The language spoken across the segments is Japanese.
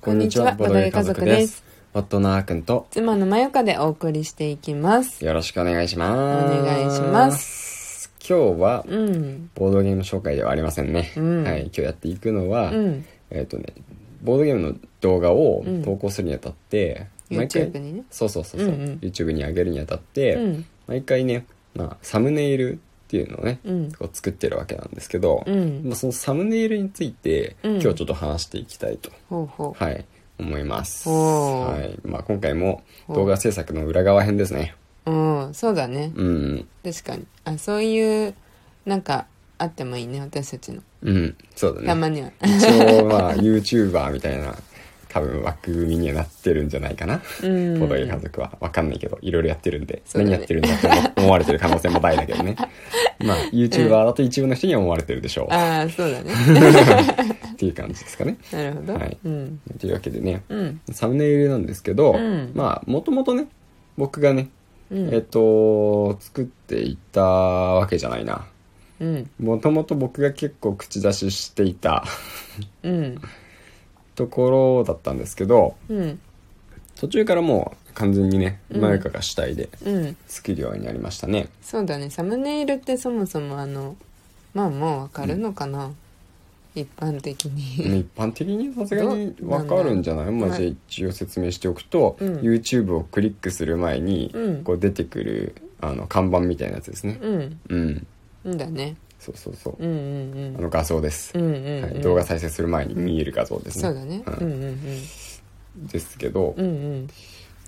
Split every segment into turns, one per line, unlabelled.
こんにちは、ボドゲ家族です。。
夫のあーくんと、
妻のまよかでお送りしていきます。
よろしくお願いします。。
お願いします
今日は、
うん。
ボードゲーム紹介ではありませんね。
ん
はい、今日やっていくのは、
うん。
えっ、とね、ボードゲームの動画を
うん
投稿するにあたって、
YouTube にね。
そうそうそうそう、
うんうん
YouTube に上げるにあたって、
うん。
毎回ね、まあ、サムネイルっていうのをね、
うん
こう作ってるわけなんですけど、
うん。
まあ、そのサムネイルについて、
うん
今日ちょっと話していきたいと
ほうほう。
はい、思います。
おー
はい。まあ今回も動画制作の裏側編ですね。
うん、そうだね。
うん。
確かに。あ、そういう、なんか、あってもいいね、私たちの。
うん。そう
た
だ
ま
ね。
には。
一応まあ YouTuber みたいな多分枠組みにはなってるんじゃないかな。
うん
ボドゲ家族はわかんないけど、いろいろやってるんで、
そうだ
何
ね
やってるんだって思思われてる可能性も大だけど ね。まあ YouTuber だと一部の人には思われてるでしょ
ああ、そうだね。
う。っていう感じですかね。
なるほど。
はい
うん。
というわけでね、
うん。
サムネイルなんですけど、
うん
まあもともとね、僕がね、
うん。
えっと、作っていたわけじゃないな。
うん。
もともと僕が結構口出ししていた
うん。
ところだったんですけど、
うん。
途中からもう完全にね、
うん
マヨカが主体で
うん。
作るようになりました ね。
そうだねサムネイルってそもそもあのまあもうわかるのかな、一般的に
一般的にさすがに
どう
わかるんじゃないまあ、
はい
じゃあ一応説明しておくと、
うん
YouTube をクリックする前に、
うん
こう出てくるあの看板みたいなやつですね。
うん
うん。
うんだね
そうそうそう。
うんうん
あ
うん
の画像です、
うんうん
は
う
い。
ん
動画再生する前に見える画像ですね。
そうだね
はい
うんうん
ですけど、
うんうんうん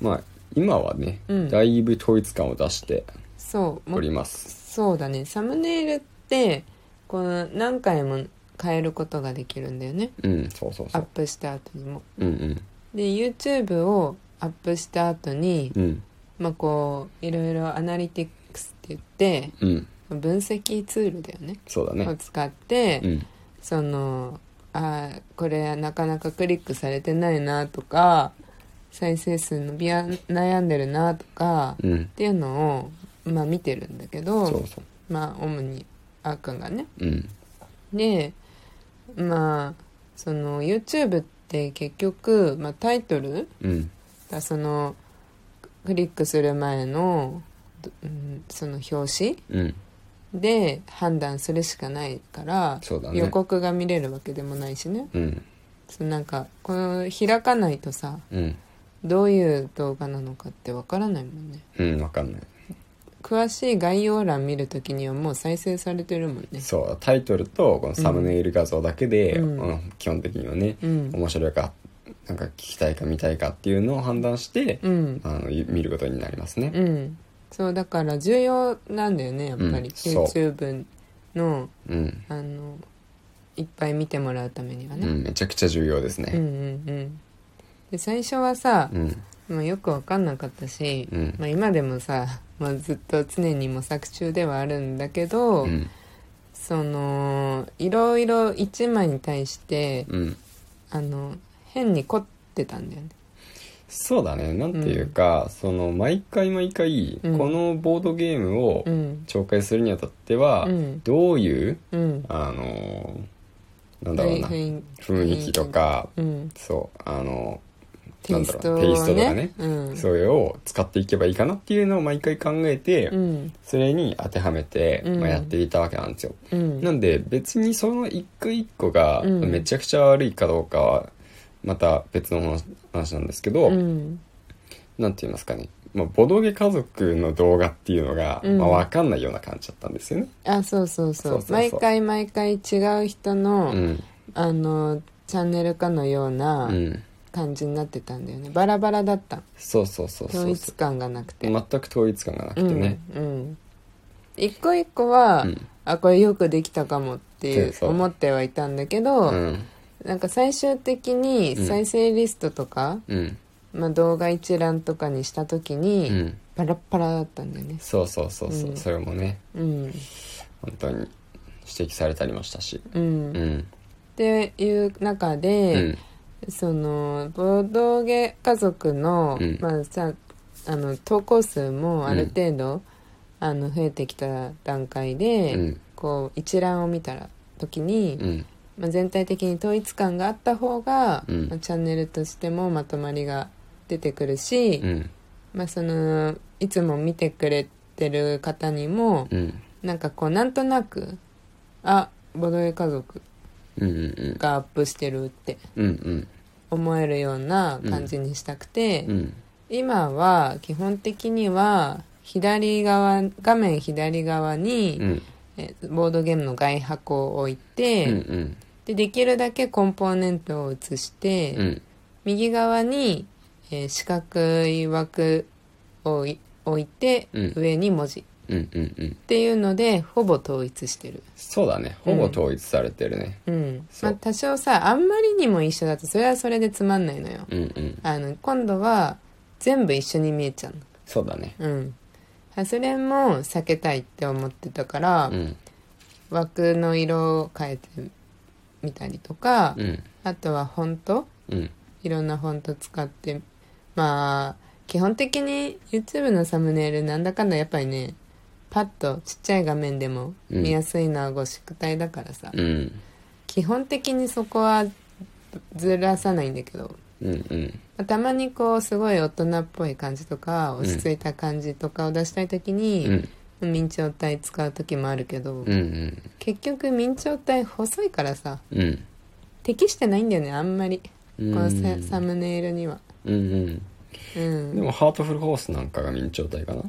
まあ今はね、
うん
だいぶ統一感を出して
そうも
おります
そうだねサムネイルってこの何回も変えることができるんだよね
うんそうそう
ア
そ
ッ
う
プした後にも
うん
で YouTube をアップした後に、
うんうん
まあこういろいろアナリティクスって言って
うん
分析ツールだよね
そうだ
を
ね
使って、
うん
そのあーこれなかなかクリックされてないなとか再生数伸びや悩んでるなとかっ
うん
ていうのを、まあ、見てるんだけど
そうそ
まあ主にあーくんがね。
ううん
でまあその YouTube って結局、まあ、タイトル
うん
がそのクリックする前の、どうん、その表紙
うん
で判断するしかないから、
そうだね
予告が見れるわけでもないしね。
うん
そうなんかこの開かないとさ
うん
どういう動画なのかってわからないもんね
うんわかんない
詳しい概要欄見るときにはもう再生されてるもんね
そうタイトルとこのサムネイル画像だけで、
うん
あの基本的にはね、
うん
面白いかなんか聞きたいか見たいかっていうのを判断して、
うん
あの見ることになりますね
うんそうだから重要なんだよねやっぱ
う
り、
んそう
YouTube の
うん、
あのいっぱい見てもらうためには
う
ね、
ん、めちゃくちゃ重要です
うん、う
ね
んうんで最初はさ
う、ん
もうよくわかんなかったし、
うん
まあ、今でもさ、まあ、ずっと常に模索中ではあるんだけど、
うん
そのいろいろ一枚に対して
うん
あの変に凝ってたんだよね
そうだねなんていうか、その毎回毎回、
うん
このボードゲームを
うん
紹介するにあたっては、
うん
どういう
うん
あのーなんだろうな
雰囲
雰囲気とか
うん
そうあの
テイスト
なんだろうテイスト
を
とか
ね
ね
うん
それを使っていけばいいかなっていうのを毎回考えて、
うん
それに当てはめて、
うん
まあ、やっていたわけなんですよ、
うん
なんで別にその一個一個が
うん
めちゃくちゃ悪いかどうかはまた別の話話なんですけど、
うん
なんて言いますかね、まあ、ボドゲ家族の動画っていうのが、
うん
まあ、分かんないような感じだったんですよね。
あそうそうそ
そううそうそう
毎回毎回違う人
う
の、
ん、
あのチャンネルかのよう
う、
なん感じになってたんだよねバラバラだった
そうそうそうそう
統一
そう
感がなくて、
全く統一感がなくてね、
うんうん、一個一個は、
うん
あこれよくできたかもっていう
そうそう
思ってはいたんだけ
う
ど、
ん
なんか最終的に
うん
再生リストとか、
うん
まあ、動画一覧とかにした時
う
に、
ん、
パラッパラだったんだよね
そうそうそうそう、
うん
それもね
うん
本当に指摘されたりもしたし、
う
う
ん、っ
ん
ていう中
う
で、
ん
そのボードゲ家族の、
うん
まあ、さあの投稿数もある程度、あの増えてきた段階で、
うん
こう一覧を見た時に、
うん
まあ、全体的に統一感があった方が、
うん
まあ、チャンネルとしてもまとまりが出てくるし、
うん
まあ、そのいつも見てくれてる方にも、
うん
なんかこうなんとなくあボドゲ家族
うんうん
がアップしてるって
うんうん
思えるような感じにしたくて、
うん
今は基本的には左側画面左側に、
うん
えボードゲームの外箱を置いて、
うんうん
でできるだけコンポーネントを移して、
うん
右側に、えー四角い枠をい置いて、
うん
上に文字っ
うんうんうん
ていうのでほぼ統一してる
そうだねほぼ統一されてるね、
うん
そ
ま
う
あ多少さあんまりにも一緒だとそれはそれでつまんないのよ
うん、うん
あの今度は全部一緒に見えちゃう
そうだね
のうんあそれも避けたいって思ってたから、
うん
枠の色を変えてみたりとか、
うん
あとはフォント
うん
いろんなフォント使ってまあ基本的に YouTube のサムネイルなんだかんだやっぱりねパッとちっちゃい画面でも
うん
見やすいのはゴシック体だからさ、
うん
基本的にそこはずらさないんだけど
うんうん
たまにこうすごい大人っぽい感じとか落ち着いた感じとかを出したい時
う
に、
ん
明朝体使う時もあるけど、
うんうん
結局明朝体細いからさ
うん
適してないんだよねあんまりこのさサムネイルには
うんうん
う
で
ん
もハートフルホースなんかが明朝体かな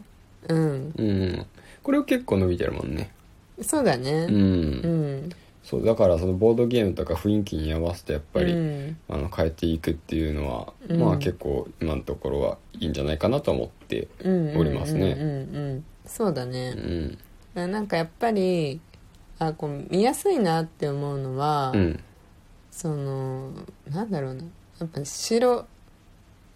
うん
うんうんこれを結構伸びてるもんね
そうだ
うん、
ねうん
そうだからそのボードゲームとか雰囲気に合わせてやっぱり、
うん
あの変えていくっていうのは、
うん
まあ結構今のところはいいんじゃないかなと思って
うんうん
おりますね
うんうんうんそう
う
だね
ん
なんかやっぱりあこう見やすいなって思うのは、
うん
そのなんだろうなやっぱ白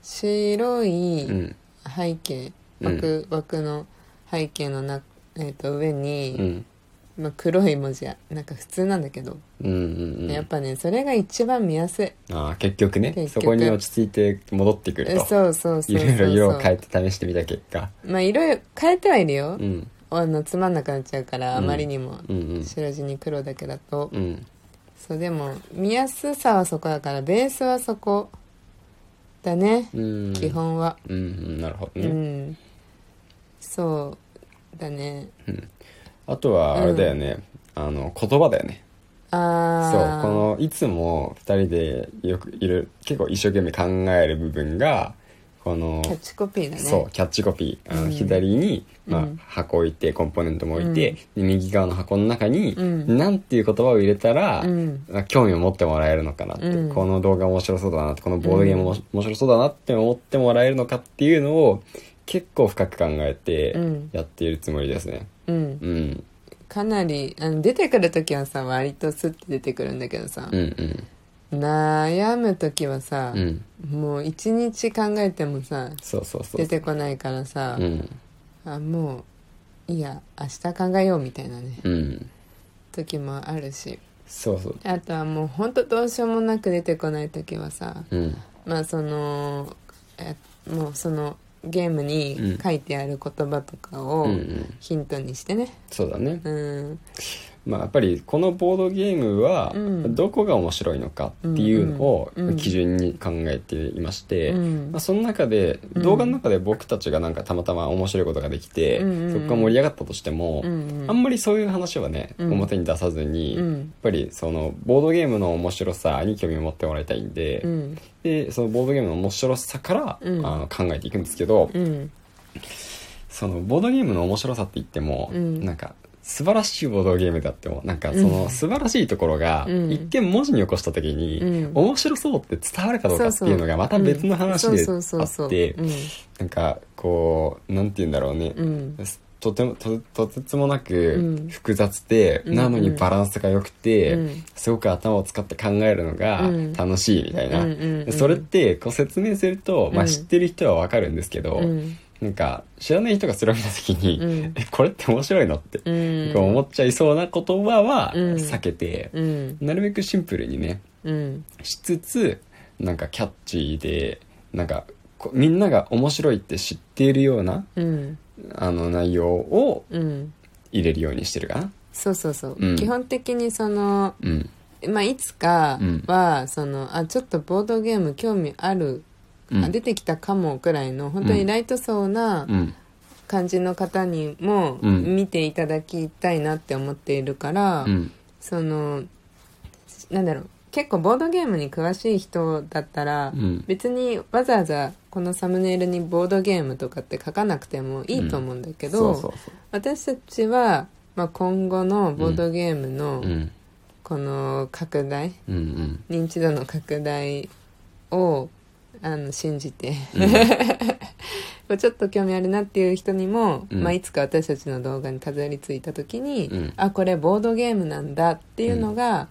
白
う
い
ん
背景、
うん
枠枠の背景のな、えー、と上に
う、ん
まあ、黒い文字やなんか普通なんだけど、
うんうん
やっぱねそれが一番見やすい
ああ結局ね
結
そ
局
こに落ち着いて戻ってくる
え
と
そうそうそうそう
いろいろ色を変え
え
て試してみた結果
まあ色々変えてはいるよ、
うん
あのつまんなくなっちゃうから、
うん
あまりにも
うんうん
白地に黒だけだと、
うん
そうでも見やすさはそこだからベースはそこだね、
うん
基本は
うんうんなるほど
うん、
ね、
そうだね
あとはあれだよね、あの言葉だよねそうこ
ああ
のいつも2人でよくいる結構一生懸命考える部分がこの
キャッチコピーだね
そうキャッチコピーあの、
うん
左に、まあ
うん
箱置いてコンポーネントも置いて、で右側の箱の中に、
うん
なんていう言葉を入れたら、
うん
まあ興味を持ってもらえるのかなって、
うん
この動画面白そうだなってこのボードゲームも面白そうだなって思ってもらえるのかっていうのを結構深く考えて
うん
やっているつもりですね。
うん
うん、
かなりあの出てくる時はさ割とスッて出てくるんだけどさ
う、ん、うん、
悩む時はさ、
うん、
もう一日考えてもさ
そうそうそう
出。てこないからさ、
うん、
あもういいや明日考えようみたいなね
うん、
時もあるし
そうそう。
あとはもうほんとどうしようもなく出てこない時はさ
うん、
まあそのえもうそのゲームに書いてある言葉とか
うん、う
を
ん、
ヒントにしてね
そうだね。
うん
まあ、やっぱりこのボードゲームは
うん
どこが面白いのかっていうのを
うんうん
基準に考えていまして、
うん
まあ、その中で
うん
動画の中で僕たちがなんかたまたま面白いことができて、
うんうんうん
そこが盛り上がったとしても、
うん
あんまりそういう話はね、
うん
表に出さずに、
う
やっ
ん
ぱりそのボードゲームの面白さに興味を持ってもらいたいんで,、
うん
でそのボードゲームの面白さから、
うん
あの考えていくんですけど、
うん
そのボードゲームの面白さって言っても、
うん
なんか素晴らしいボードゲームだってもなんかその素晴らしいところが
うん
一見文字に起こした時に、
うん
面白そうって伝わるかどうかっていうのがまた別の話
うん
で
そう
あ
そう
っ
そうそう
て
うん
なんかこうなんて言うんだろうね、
うん
とてもととてつもな
う
く
ん
複雑で、
うん
なのにバランスが良くて、
うん
すごく頭を使って考えるのが
うん
楽しいみたいな、
うんうんうん
それってこう説明すると、ま
う
あ、
ん
知ってる人はわかるんですけど、
うん
なんか知らない人がそれを見た時に、
うん
えこれって面白いのって、
うん
こう思っちゃいそうな言葉は
うん
避けて、
うん
なるべくシンプルにね
うん
しつつなんかキャッチーでなんかこうみんなが面白いって知っているような
うん
あの内容を
うん
入れるようにしてるかな。
そうそうそう、
うん
基本的にその
うん、
あまあ、いつか
うん
は、そのあちょっとボードゲーム興味ある、
うん
あ出てきたかもくらいの本当
うん
にライト層な
うん
感じの方にも
うん
見ていただきたいなって思っているから、
うん
そのなんだろう結構ボードゲームに詳しい人だったら、
うん
別にわざわざこのサムネイルにボードゲームとかって書かなくてもいいと思うんだけど、
そうそうそ
私たちは、まあ、今後のボードゲームの
ううん
この拡大、
うんうん
認知度の拡大をあの信じて、 ちょっと興味あるなっていう人にも、
うん
まあ、いつか私たちの動画に飾りついた時に、
うん
あこれボードゲームなんだっていうのが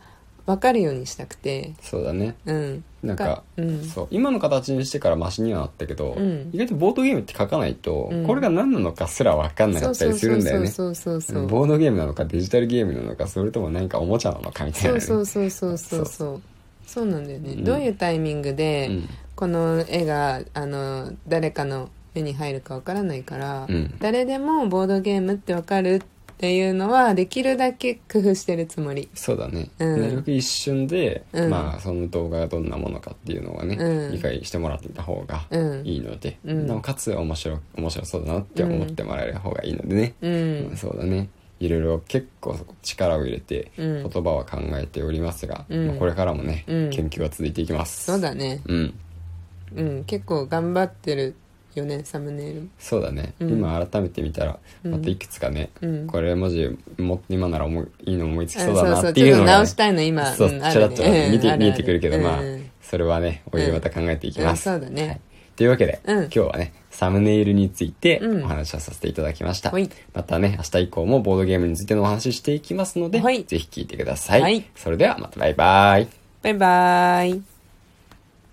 分かるようにしたくて
そうだね
うん
なんか
うん
そう今の形にしてからマシにはなったけど、
うん
意外とボードゲームって書かないと、
うん
これが何なのかすら分かんなかったりするんだよね
そうそうそうそうそう
ボードゲームなのかデジタルゲームなのかそれとも何かおもちゃなのかみたいな
そ
ね
うそうそうそうそうそうそうなんだよね、
うん
どういうタイミングで、
うん
この絵があの誰かの目に入るかわからないから、
うん
誰でもボードゲームってわかるっていうのはできるだけ工夫してるつもり
そうだね、
うん
なるべく一瞬で、
うん
まあその動画がどんなものかっていうのはね、
うん
理解してもらっていた方が
うん
いいので、
うん
なおかつ面白面白そうだなって思ってもらえる方がいいのでね、
う
うん
ん
そうだねいろいろ結構そこ力を入れて
うん
言葉は考えておりますが、
うん
まあこれからもね、
うん
研究は続いていきます
そうだね
うん
うん結構頑張ってるよねサムネイル
そうだね、
うん
今改めて見たら
うん
またいくつかね、
うん
これ文字も今なら思いいいの思いつき
あ
そうだなって
ち
いう
ょ
の
っと
が、ね、
直したいの今
そう、
ん
ちらっとね、見て、見えてくるけど、
うん
まあ
うん、
それはね、おいおいまた考えていき
う
ま
ん
す。
そうだね
はいというわけで、
うん
今日はね、サムネイルについて
うん
お話をさせていただきました。
ほい
またね、明日以降もボードゲームについてのお話ししていきますので、
ほい
ぜひ聞いてください。
はい
それではまたバイバイ。
バイバーイ